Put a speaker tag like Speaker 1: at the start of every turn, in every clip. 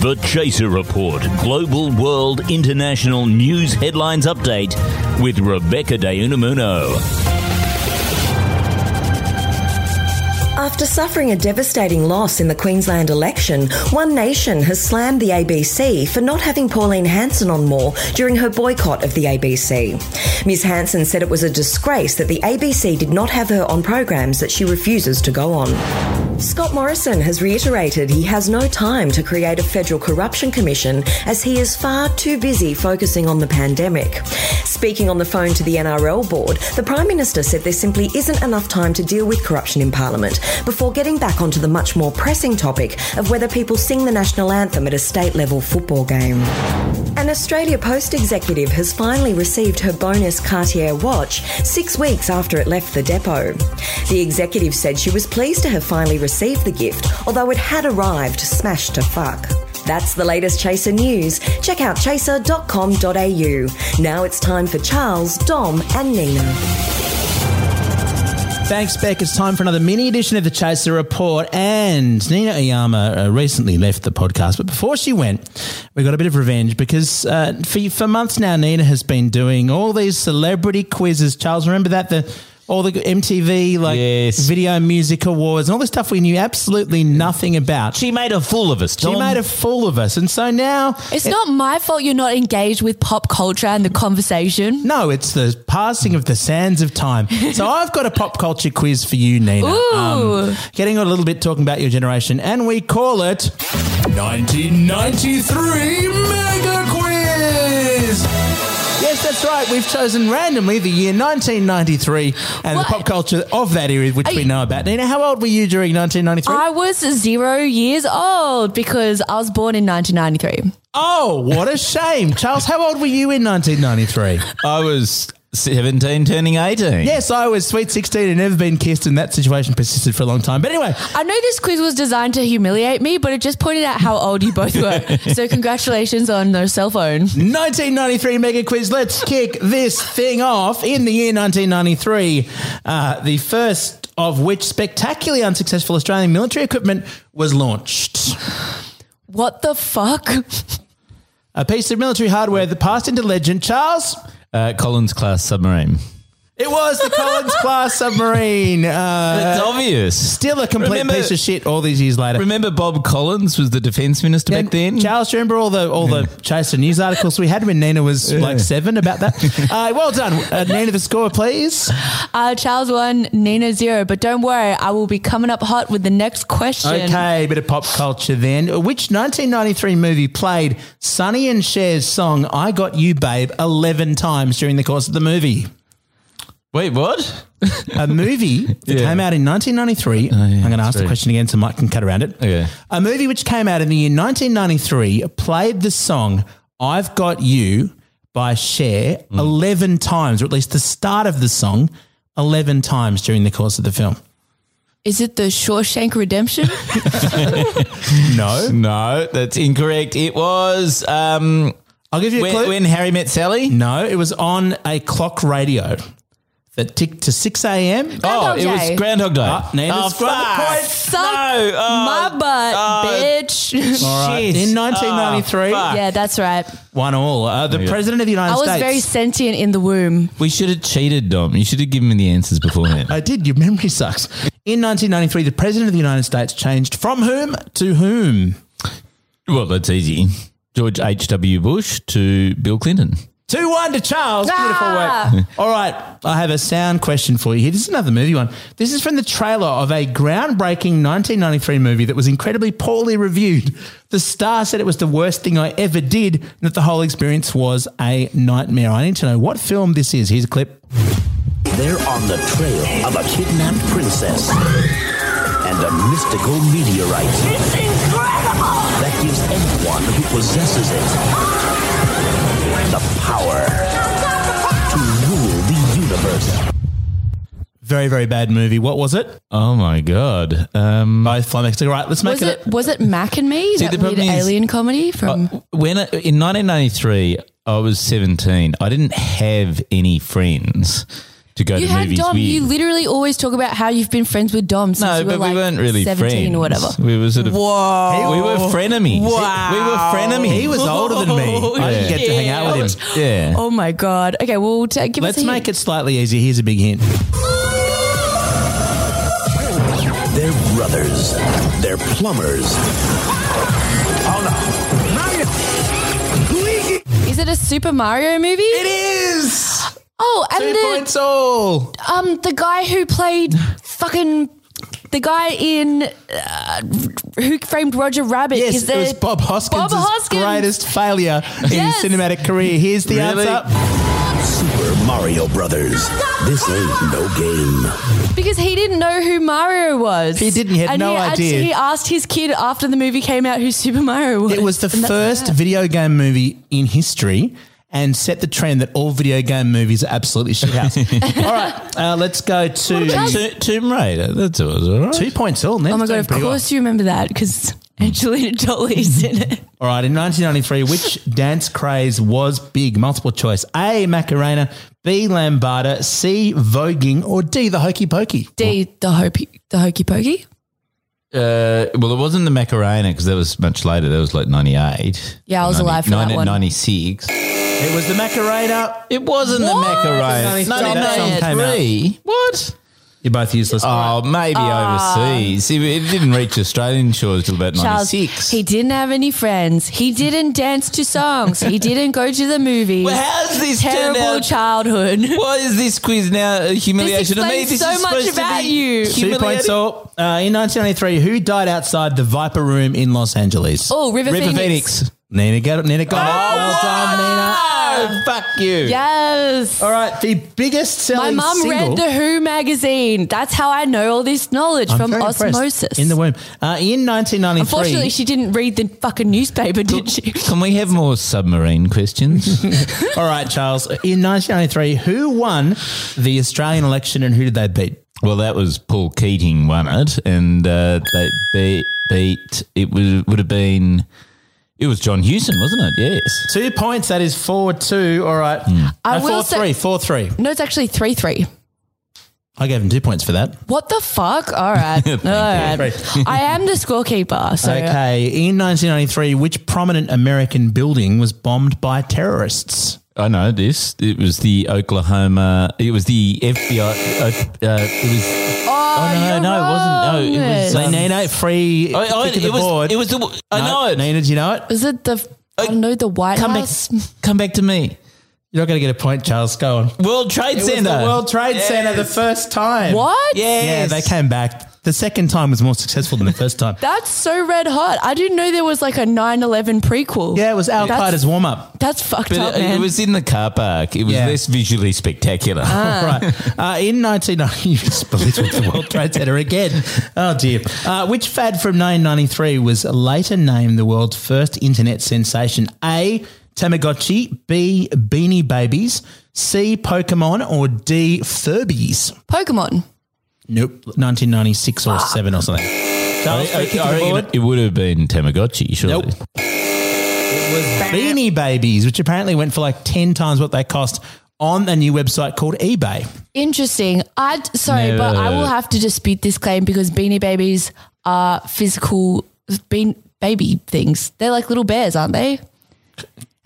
Speaker 1: The Chaser Report Global World International News Headlines Update with Rebecca De Unamuno.
Speaker 2: After suffering a devastating loss in the Queensland election, One Nation has slammed the ABC for not having Pauline Hanson on more during her boycott of the ABC. Ms. Hanson said it was a disgrace that the ABC did not have her on programs that she refuses to go on. Scott Morrison has reiterated he has no time to create a federal corruption commission as he is far too busy focusing on the pandemic. Speaking on the phone to the NRL board, the Prime Minister said there simply isn't enough time to deal with corruption in Parliament before getting back onto the much more pressing topic of whether people sing the national anthem at a state level football game. An Australia Post executive has finally received her bonus Cartier watch six weeks after it left the depot. The executive said she was pleased to have finally received the gift, although it had arrived smashed to fuck. That's the latest Chaser news. Check out chaser.com.au. Now it's time for Charles, Dom, and Nina.
Speaker 3: Thanks, Beck. It's time for another mini edition of the Chaser Report. And Nina Ayama uh, recently left the podcast, but before she went, we got a bit of revenge because uh, for for months now, Nina has been doing all these celebrity quizzes. Charles, remember that the all the MTV like Video Music Awards and all this stuff we knew absolutely nothing about.
Speaker 1: She made a fool of us,
Speaker 3: She
Speaker 1: Tom.
Speaker 3: made a fool of us, and so now
Speaker 4: It's not my fault you're not engaged with pop culture and the conversation.
Speaker 3: No, it's the passing of the sands of time. So I've got a pop culture quiz for you, Nina. Um,
Speaker 4: Ooh.
Speaker 3: getting on a little bit talking about your generation, and we call it 1993 Mega Quiz. Yes, that's right. We've chosen randomly the year 1993 and
Speaker 4: What?
Speaker 3: the pop culture of that era, which
Speaker 4: Are
Speaker 3: we
Speaker 4: you-
Speaker 3: know about. Nina, how old were you during 1993?
Speaker 4: I was zero years old because I was born in 1993.
Speaker 3: oh, what a shame. Charles, how old were you in 1993?
Speaker 1: I was 17 turning 18.
Speaker 3: Yes, I was sweet 16 and never been kissed, and that situation persisted for a long time. But anyway,
Speaker 4: I know this quiz was designed to humiliate me, but it just pointed out how old you both were. so congratulations on the cell phone.
Speaker 3: 1993 mega quiz. Let's kick this thing off. In the year 1993, uh, the first of which spectacularly unsuccessful Australian military equipment was launched.
Speaker 4: What the fuck?
Speaker 3: A piece of military hardware that passed into legend. Charles,
Speaker 1: Uh, Collins class submarine.
Speaker 3: it was the Collins class submarine. Uh,
Speaker 1: it's obvious.
Speaker 3: still a complete
Speaker 1: Remember-
Speaker 3: piece of shit all these years later.
Speaker 1: Remember Bob Collins was the defense minister back then?
Speaker 3: Charles, do you remember all the all the Chaser news articles we had when Nina was like seven about that? Uh, well done, uh, Nina. The score, please.
Speaker 4: Uh, Charles one, Nina zero. But don't worry, I will be coming up hot with the next question.
Speaker 3: Okay, bit of pop culture then. Which 1993 movie played Sonny and Cher's song "I Got You, Babe" eleven times during the course of the movie?
Speaker 1: Wait, what?
Speaker 3: A movie that
Speaker 1: Yeah.
Speaker 3: came out in 1993. I'm going to ask the
Speaker 1: true.
Speaker 3: question again so Mike can cut around it.
Speaker 1: Okay.
Speaker 3: A movie which came out in the year 1993 played the song "I've Got You" by Cher
Speaker 1: Hmm.
Speaker 3: eleven times, or at least the start of the song eleven times during the course of the film.
Speaker 4: Is it the Shawshank Redemption?
Speaker 3: No,
Speaker 1: No, that's incorrect. It was um,
Speaker 3: I'll give you a
Speaker 1: when,
Speaker 3: clue.
Speaker 1: when Harry met Sally.
Speaker 3: No, it was on a clock radio that ticked to 6 a.m.
Speaker 1: Oh,
Speaker 4: Groundhog
Speaker 1: it was
Speaker 4: Day.
Speaker 1: Groundhog Day.
Speaker 3: Ah, Nina's
Speaker 1: oh,
Speaker 3: scored the
Speaker 1: fuck.
Speaker 3: point.
Speaker 4: Suck
Speaker 1: No, oh,
Speaker 4: my butt,
Speaker 1: oh,
Speaker 4: bitch.
Speaker 3: All right.
Speaker 1: shit.
Speaker 3: In 1993,
Speaker 1: Oh, fuck.
Speaker 4: yeah, that's right.
Speaker 3: one all. Uh, the
Speaker 1: yeah.
Speaker 3: President of the United
Speaker 4: I was
Speaker 3: States.
Speaker 4: very sentient in the womb.
Speaker 1: We should have cheated, Dom. You should have given me the answers beforehand.
Speaker 3: I did. Your memory sucks. In 1993, the President of the United States changed from whom to whom?
Speaker 1: well, that's easy. George H.W. Bush to Bill Clinton.
Speaker 3: 2 1 to Charles.
Speaker 4: Ah!
Speaker 3: Beautiful work. All right. I have a sound question for you here. This is another movie one. This is from the trailer of a groundbreaking 1993 movie that was incredibly poorly reviewed. The star said it was the worst thing I ever did and that the whole experience was a nightmare. I need to know what film this is. Here's a clip.
Speaker 5: They're on the trail of a kidnapped princess. mystical meteorite
Speaker 6: It's incredible!
Speaker 5: that gives anyone who possesses it the power to rule the universe.
Speaker 3: Very, very bad movie. What was it? Oh my god. Um, both Flummoxed. All right, let's make
Speaker 4: Was
Speaker 3: it.
Speaker 4: it was it Mac and Me?
Speaker 3: See,
Speaker 4: that
Speaker 3: the
Speaker 4: weird
Speaker 3: problem is-
Speaker 4: alien comedy from
Speaker 7: Uh, When I- in 1993, I was 17. I didn't have any friends to go
Speaker 4: You
Speaker 7: to
Speaker 4: had
Speaker 7: movies
Speaker 4: Dom.
Speaker 7: with.
Speaker 4: You literally always talk about how you've been friends with Dom since
Speaker 7: no,
Speaker 4: you were
Speaker 7: but
Speaker 4: like
Speaker 7: we weren't really
Speaker 4: 17
Speaker 7: friends.
Speaker 4: or whatever.
Speaker 7: We were sort of
Speaker 3: Whoa.
Speaker 7: We were frenemies.
Speaker 3: Wow.
Speaker 7: We were frenemies.
Speaker 3: He was older than me. I didn't get to hang out with him.
Speaker 7: Yeah.
Speaker 4: Oh my god. Okay, well t- give
Speaker 3: Let's
Speaker 4: us a
Speaker 3: make it slightly easier. Here's a big hint.
Speaker 5: They're brothers. They're plumbers. Oh no.
Speaker 4: it. Is it a Super Mario movie? It
Speaker 3: is
Speaker 4: Oh, and
Speaker 3: two
Speaker 4: the
Speaker 3: points all.
Speaker 4: um the guy who played fucking the guy in uh, who framed Roger Rabbit
Speaker 3: Yes,
Speaker 4: is
Speaker 3: it
Speaker 4: the
Speaker 3: was Bob Hoskins'
Speaker 4: Bob Hoskins.
Speaker 3: greatest failure
Speaker 4: Yes.
Speaker 3: in his cinematic career. Here's the
Speaker 7: Really?
Speaker 3: answer.
Speaker 5: Super Mario Brothers. This ain't no game.
Speaker 4: because he didn't know who Mario was.
Speaker 3: He didn't, he had
Speaker 4: and
Speaker 3: no
Speaker 4: he
Speaker 3: idea.
Speaker 4: Actually, he asked his kid after the movie came out who Super Mario was.
Speaker 3: It was the
Speaker 4: and that's
Speaker 3: first
Speaker 4: sad.
Speaker 3: video game movie in history and set the trend that all video game movies are absolutely shithouse. all right, uh, let's go to
Speaker 4: about-
Speaker 7: To- Uh, Tomb Raider. That's all right.
Speaker 3: two points all.
Speaker 4: Oh my god! Of course you remember that because Angelina Jolie's in it.
Speaker 3: All right, in 1993, which dance craze was big? Multiple choice. A. Macarena, B. Lambada, C. Voguing, or D. The Hokey Pokey?
Speaker 4: D the hokey the hokey pokey.
Speaker 7: Uh, well, it wasn't the Macarena because that was much later. That was like 98.
Speaker 4: Yeah, I was alive for that one.
Speaker 7: 96.
Speaker 3: It was the Macarena.
Speaker 7: It wasn't
Speaker 4: What?
Speaker 7: the Macarena.
Speaker 3: 93. That song came out.
Speaker 7: 1993. What?
Speaker 3: You're both useless.
Speaker 7: Oh, maybe overseas. It, it didn't reach Australian shores till about
Speaker 4: Ah. Charles,
Speaker 7: 96.
Speaker 4: he didn't have any friends. He didn't dance to songs. he didn't go to the movies.
Speaker 7: well, how's this turned
Speaker 4: Terrible
Speaker 7: out?
Speaker 4: childhood.
Speaker 7: Why is this quiz now a humiliation of me?
Speaker 4: explains so much
Speaker 7: supposed to
Speaker 4: about
Speaker 7: be
Speaker 4: you.
Speaker 3: Two
Speaker 7: humiliating.
Speaker 3: points all. Uh, in 1993, who died outside the Viper Room in Los Angeles?
Speaker 4: Oh, River,
Speaker 7: River
Speaker 4: Phoenix. Oh,
Speaker 7: Phoenix.
Speaker 3: Nina got it. Nina got it. Well done, Nina.
Speaker 7: Oh, fuck you.
Speaker 4: Yes.
Speaker 3: All right, the biggest
Speaker 4: My
Speaker 3: selling
Speaker 4: mum
Speaker 3: single.
Speaker 4: read the Who magazine. That's how I know all this knowledge
Speaker 3: I'm
Speaker 4: from
Speaker 3: very impressed.
Speaker 4: osmosis.
Speaker 3: in the womb. Uh, in 1993,
Speaker 4: Unfortunately, she didn't read the fucking newspaper, did she?
Speaker 7: Can we have more submarine questions?
Speaker 3: All right, Charles. In 1993, who won the Australian election and who did they beat?
Speaker 7: well, that was Paul Keating won it, and uh, they beat, beat it was would have been it was John Hewson, wasn't it? Yes.
Speaker 3: Two points. That is four two. All right.
Speaker 4: I
Speaker 7: Hmm.
Speaker 3: No,
Speaker 4: will
Speaker 3: four
Speaker 4: say-
Speaker 3: three. Four three.
Speaker 4: No, it's actually three three.
Speaker 3: I gave him two points for that.
Speaker 4: What the fuck? All right, all right. I am the scorekeeper, so
Speaker 3: Okay. In 1993, which prominent American building was bombed by terrorists?
Speaker 7: I know this. It was the Oklahoma. It was the FBI. Uh, uh, it was. Oh, no,
Speaker 4: you're
Speaker 7: no, it wasn't. No, it was.
Speaker 4: wrong.
Speaker 3: They
Speaker 7: um,
Speaker 3: need a free
Speaker 7: I- I-
Speaker 3: kick of the
Speaker 7: Oh, it was.
Speaker 3: board.
Speaker 7: It was the. I
Speaker 3: No,
Speaker 7: know it.
Speaker 3: Nina, do you know it?
Speaker 4: Is it the I don't know the White
Speaker 7: come back.
Speaker 4: House?
Speaker 7: Come back to me.
Speaker 3: You're not going to get a point, Charles. Go on.
Speaker 7: World Trade
Speaker 3: It was
Speaker 7: Center.
Speaker 3: the World Trade
Speaker 7: Yes.
Speaker 3: Center the first time.
Speaker 4: What?
Speaker 3: Yeah,
Speaker 7: Yes.
Speaker 3: they came back. The second time was more successful than the first time.
Speaker 4: That's so red hot. I didn't know there was like a 9-11 prequel.
Speaker 3: yeah, it was Al
Speaker 4: That's-
Speaker 3: Qaeda's warm up.
Speaker 4: That's fucked
Speaker 7: But
Speaker 4: up,
Speaker 7: it,
Speaker 4: man.
Speaker 7: it was in the car park. It was
Speaker 3: Yeah.
Speaker 7: less visually spectacular.
Speaker 3: Right. Uh, in 1990, you just belittled the World Trade Center again. Oh, dear. Uh, which fad from 1993 was later named the world's first internet sensation? A. Tamagotchi, B. Beanie Babies, C. Pokemon, or D. Furbies?
Speaker 4: Pokemon.
Speaker 3: Nope. 1996 or 7 or something. Charles, free kick
Speaker 7: I
Speaker 3: of the
Speaker 7: reckon
Speaker 3: board.
Speaker 7: it would have been Tamagotchi, surely.
Speaker 3: Nope. Beanie Babies, which apparently went for like 10 times what they cost on a new website called eBay.
Speaker 4: Interesting. I sorry, but I will have to dispute this claim because Beanie Babies are physical bean, baby things. They're like little bears, aren't they?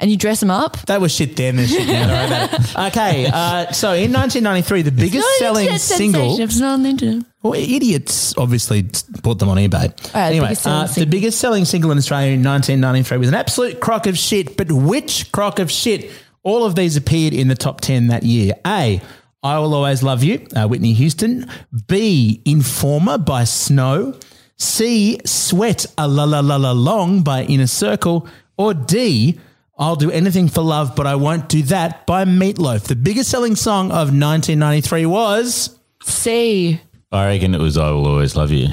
Speaker 4: And you dress them up.
Speaker 3: That was shit then. This shit now. Don't worry about it. okay, uh, so in 1993, the biggest
Speaker 4: Not an
Speaker 3: selling
Speaker 4: internet
Speaker 3: single.
Speaker 4: sensation. It's not on the internet.
Speaker 3: Well, idiots obviously bought them on eBay.
Speaker 4: right,
Speaker 3: anyway,
Speaker 4: Oh, biggest selling
Speaker 3: uh, the
Speaker 4: single.
Speaker 3: biggest selling single in Australia in 1993 was an absolute crock of shit. But which crock of shit? All of these appeared in the top 10 that year. A. I Will Always Love You, uh, Whitney Houston. B. Informer by Snow. C. Sweat a la la la la long by Inner Circle. Or D. I'll do anything for love, but I won't do that by Meatloaf. The biggest selling song of 1993 was.
Speaker 4: C.
Speaker 7: I reckon it was I Will Always Love You.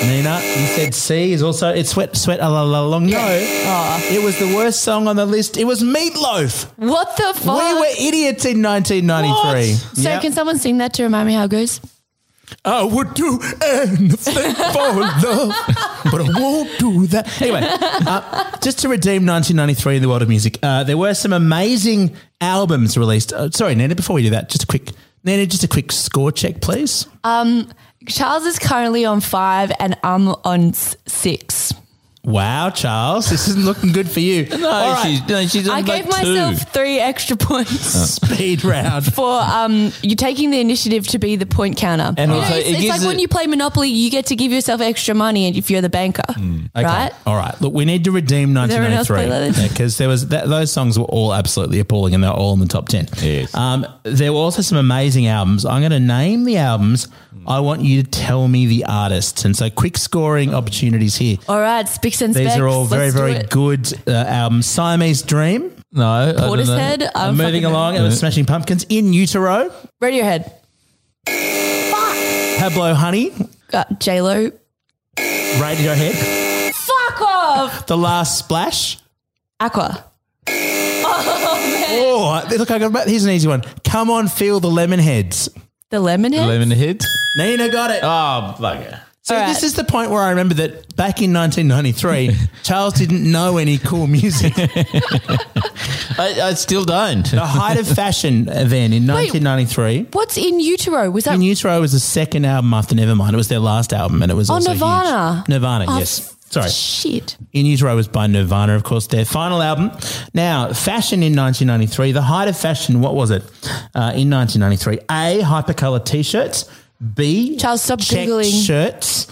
Speaker 3: Nina, you said C is also it's sweat sweat a la la long. No, it was the worst song on the list. It was Meatloaf.
Speaker 4: What the fuck?
Speaker 3: We were idiots in 1993.
Speaker 4: so
Speaker 3: Yep.
Speaker 4: can someone sing that to remind me how it goes?
Speaker 3: I would do anything for love, but I won't do that. Anyway, uh, just to redeem 1993 in the world of music, uh, there were some amazing albums released. Uh, sorry, Nana, before we do that, just a quick Nana, just a quick score check, please.
Speaker 4: Charles is currently on five and I'm on s- six.
Speaker 3: Wow, Charles, this isn't looking good for you.
Speaker 7: No, she's, no, she's on
Speaker 4: I
Speaker 7: like
Speaker 4: gave myself
Speaker 7: two.
Speaker 4: three extra points
Speaker 3: Speed round.
Speaker 4: for um, you taking the initiative to be the point counter.
Speaker 7: And
Speaker 4: You know,
Speaker 7: also
Speaker 4: it's,
Speaker 7: it
Speaker 4: it's
Speaker 7: gives
Speaker 4: like
Speaker 7: it-
Speaker 4: when you play Monopoly, you get to give yourself extra money and if you're the banker,
Speaker 7: Mm.
Speaker 4: right?
Speaker 3: All right. Look, we need to redeem oh
Speaker 4: everyone else play like
Speaker 3: 1993
Speaker 4: this?
Speaker 3: because there was that, those songs were all absolutely appalling and they're all in the top 10.
Speaker 7: Yes.
Speaker 3: Um, there were also some amazing albums. I'm going to name the albums. I want you to tell me the artists. And so quick scoring opportunities here.
Speaker 4: All right, Spicks and
Speaker 3: These
Speaker 4: Specs.
Speaker 3: are all very,
Speaker 4: let's do
Speaker 3: very
Speaker 4: it.
Speaker 3: good uh, albums. Siamese Dream,
Speaker 7: No, I don't know.
Speaker 4: Portishead. I'm
Speaker 3: Moving
Speaker 4: fucking-
Speaker 3: Along, and the Smashing Pumpkins, In Utero,
Speaker 4: Radiohead.
Speaker 3: Pablo Honey,
Speaker 4: Uh, J Lo.
Speaker 3: Radiohead,
Speaker 4: Fuck off.
Speaker 3: The Last Splash.
Speaker 4: Aqua.
Speaker 3: Oh, look, I got, here's an easy one. Come on, Feel the Lemonheads.
Speaker 4: The Lemonheads.
Speaker 7: Lemonheads.
Speaker 3: Nina got it.
Speaker 7: Oh, bugger.
Speaker 3: So
Speaker 4: All right.
Speaker 3: this is the point where I remember that back in 1993, Charles didn't know any cool music. the
Speaker 7: I, I still don't.
Speaker 3: height of fashion then in 1993.
Speaker 4: What's in utero? Was that
Speaker 3: In Utero was the second album after Nevermind. It was their last album, and it was
Speaker 4: Oh,
Speaker 3: also
Speaker 4: Nirvana.
Speaker 3: Huge. Nirvana,
Speaker 4: Oh,
Speaker 3: yes. Sorry,
Speaker 4: shit?
Speaker 3: In Utero was by Nirvana, of course, their final album. Now, fashion in 1993, the height of fashion. What was it uh, in 1993? A hypercolor t-shirts. B
Speaker 4: Charles, stop
Speaker 3: checked
Speaker 4: Googling.
Speaker 3: shirts.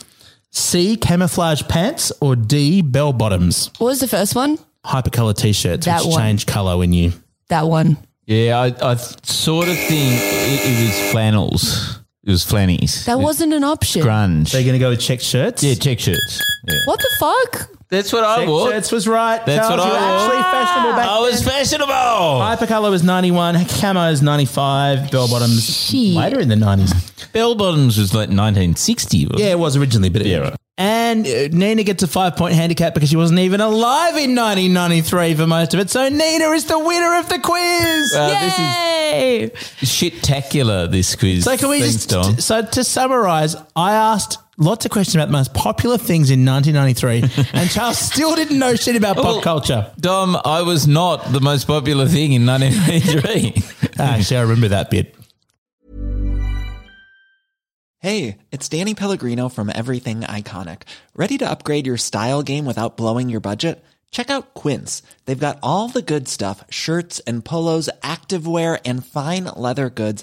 Speaker 3: C camouflage pants or D bell bottoms.
Speaker 4: What was the first one?
Speaker 3: hypercolor t-shirts
Speaker 4: That
Speaker 3: which
Speaker 4: one.
Speaker 3: change color when you
Speaker 4: That one.
Speaker 7: Yeah, I, I sort of think it, it was flannels. It was flannies.
Speaker 4: That wasn't an option.
Speaker 7: grunge.
Speaker 3: they're going to go with check shirts.
Speaker 7: yeah, check shirts. Yeah.
Speaker 4: What the fuck?
Speaker 7: That's what I
Speaker 3: check
Speaker 7: wore.
Speaker 3: shirts was right.
Speaker 7: That's
Speaker 3: Charles,
Speaker 7: what
Speaker 3: you were
Speaker 7: I wore.
Speaker 3: actually fashionable back
Speaker 7: I was fashionable.
Speaker 3: Hypercolor was 91, camo is 95, bell bottoms
Speaker 4: Shit.
Speaker 3: later in the 90s.
Speaker 7: Bell bottoms was like 1960. wasn't
Speaker 3: Yeah,
Speaker 7: it?
Speaker 3: it was originally, but it
Speaker 7: Yeah, right.
Speaker 3: And uh, Nina gets a five point handicap because she wasn't even alive in 1993 for most of it. So Nina is the winner of the quiz.
Speaker 7: Uh, this is
Speaker 4: Yay!
Speaker 7: shit-tacular, this quiz.
Speaker 3: So can we
Speaker 7: Thanks,
Speaker 3: just
Speaker 7: Dom.
Speaker 3: so to summarize? I asked lots of questions about the most popular things in 1993, and Charles still didn't know shit about
Speaker 7: Well-
Speaker 3: pop culture.
Speaker 7: Dom, I was not the most popular thing in 1993.
Speaker 3: Actually, I remember that bit.
Speaker 8: Hey, it's Danny Pellegrino from Everything Iconic. Ready to upgrade your style game without blowing your budget? Check out Quince. They've got all the good stuff shirts and polos, activewear, and fine leather goods,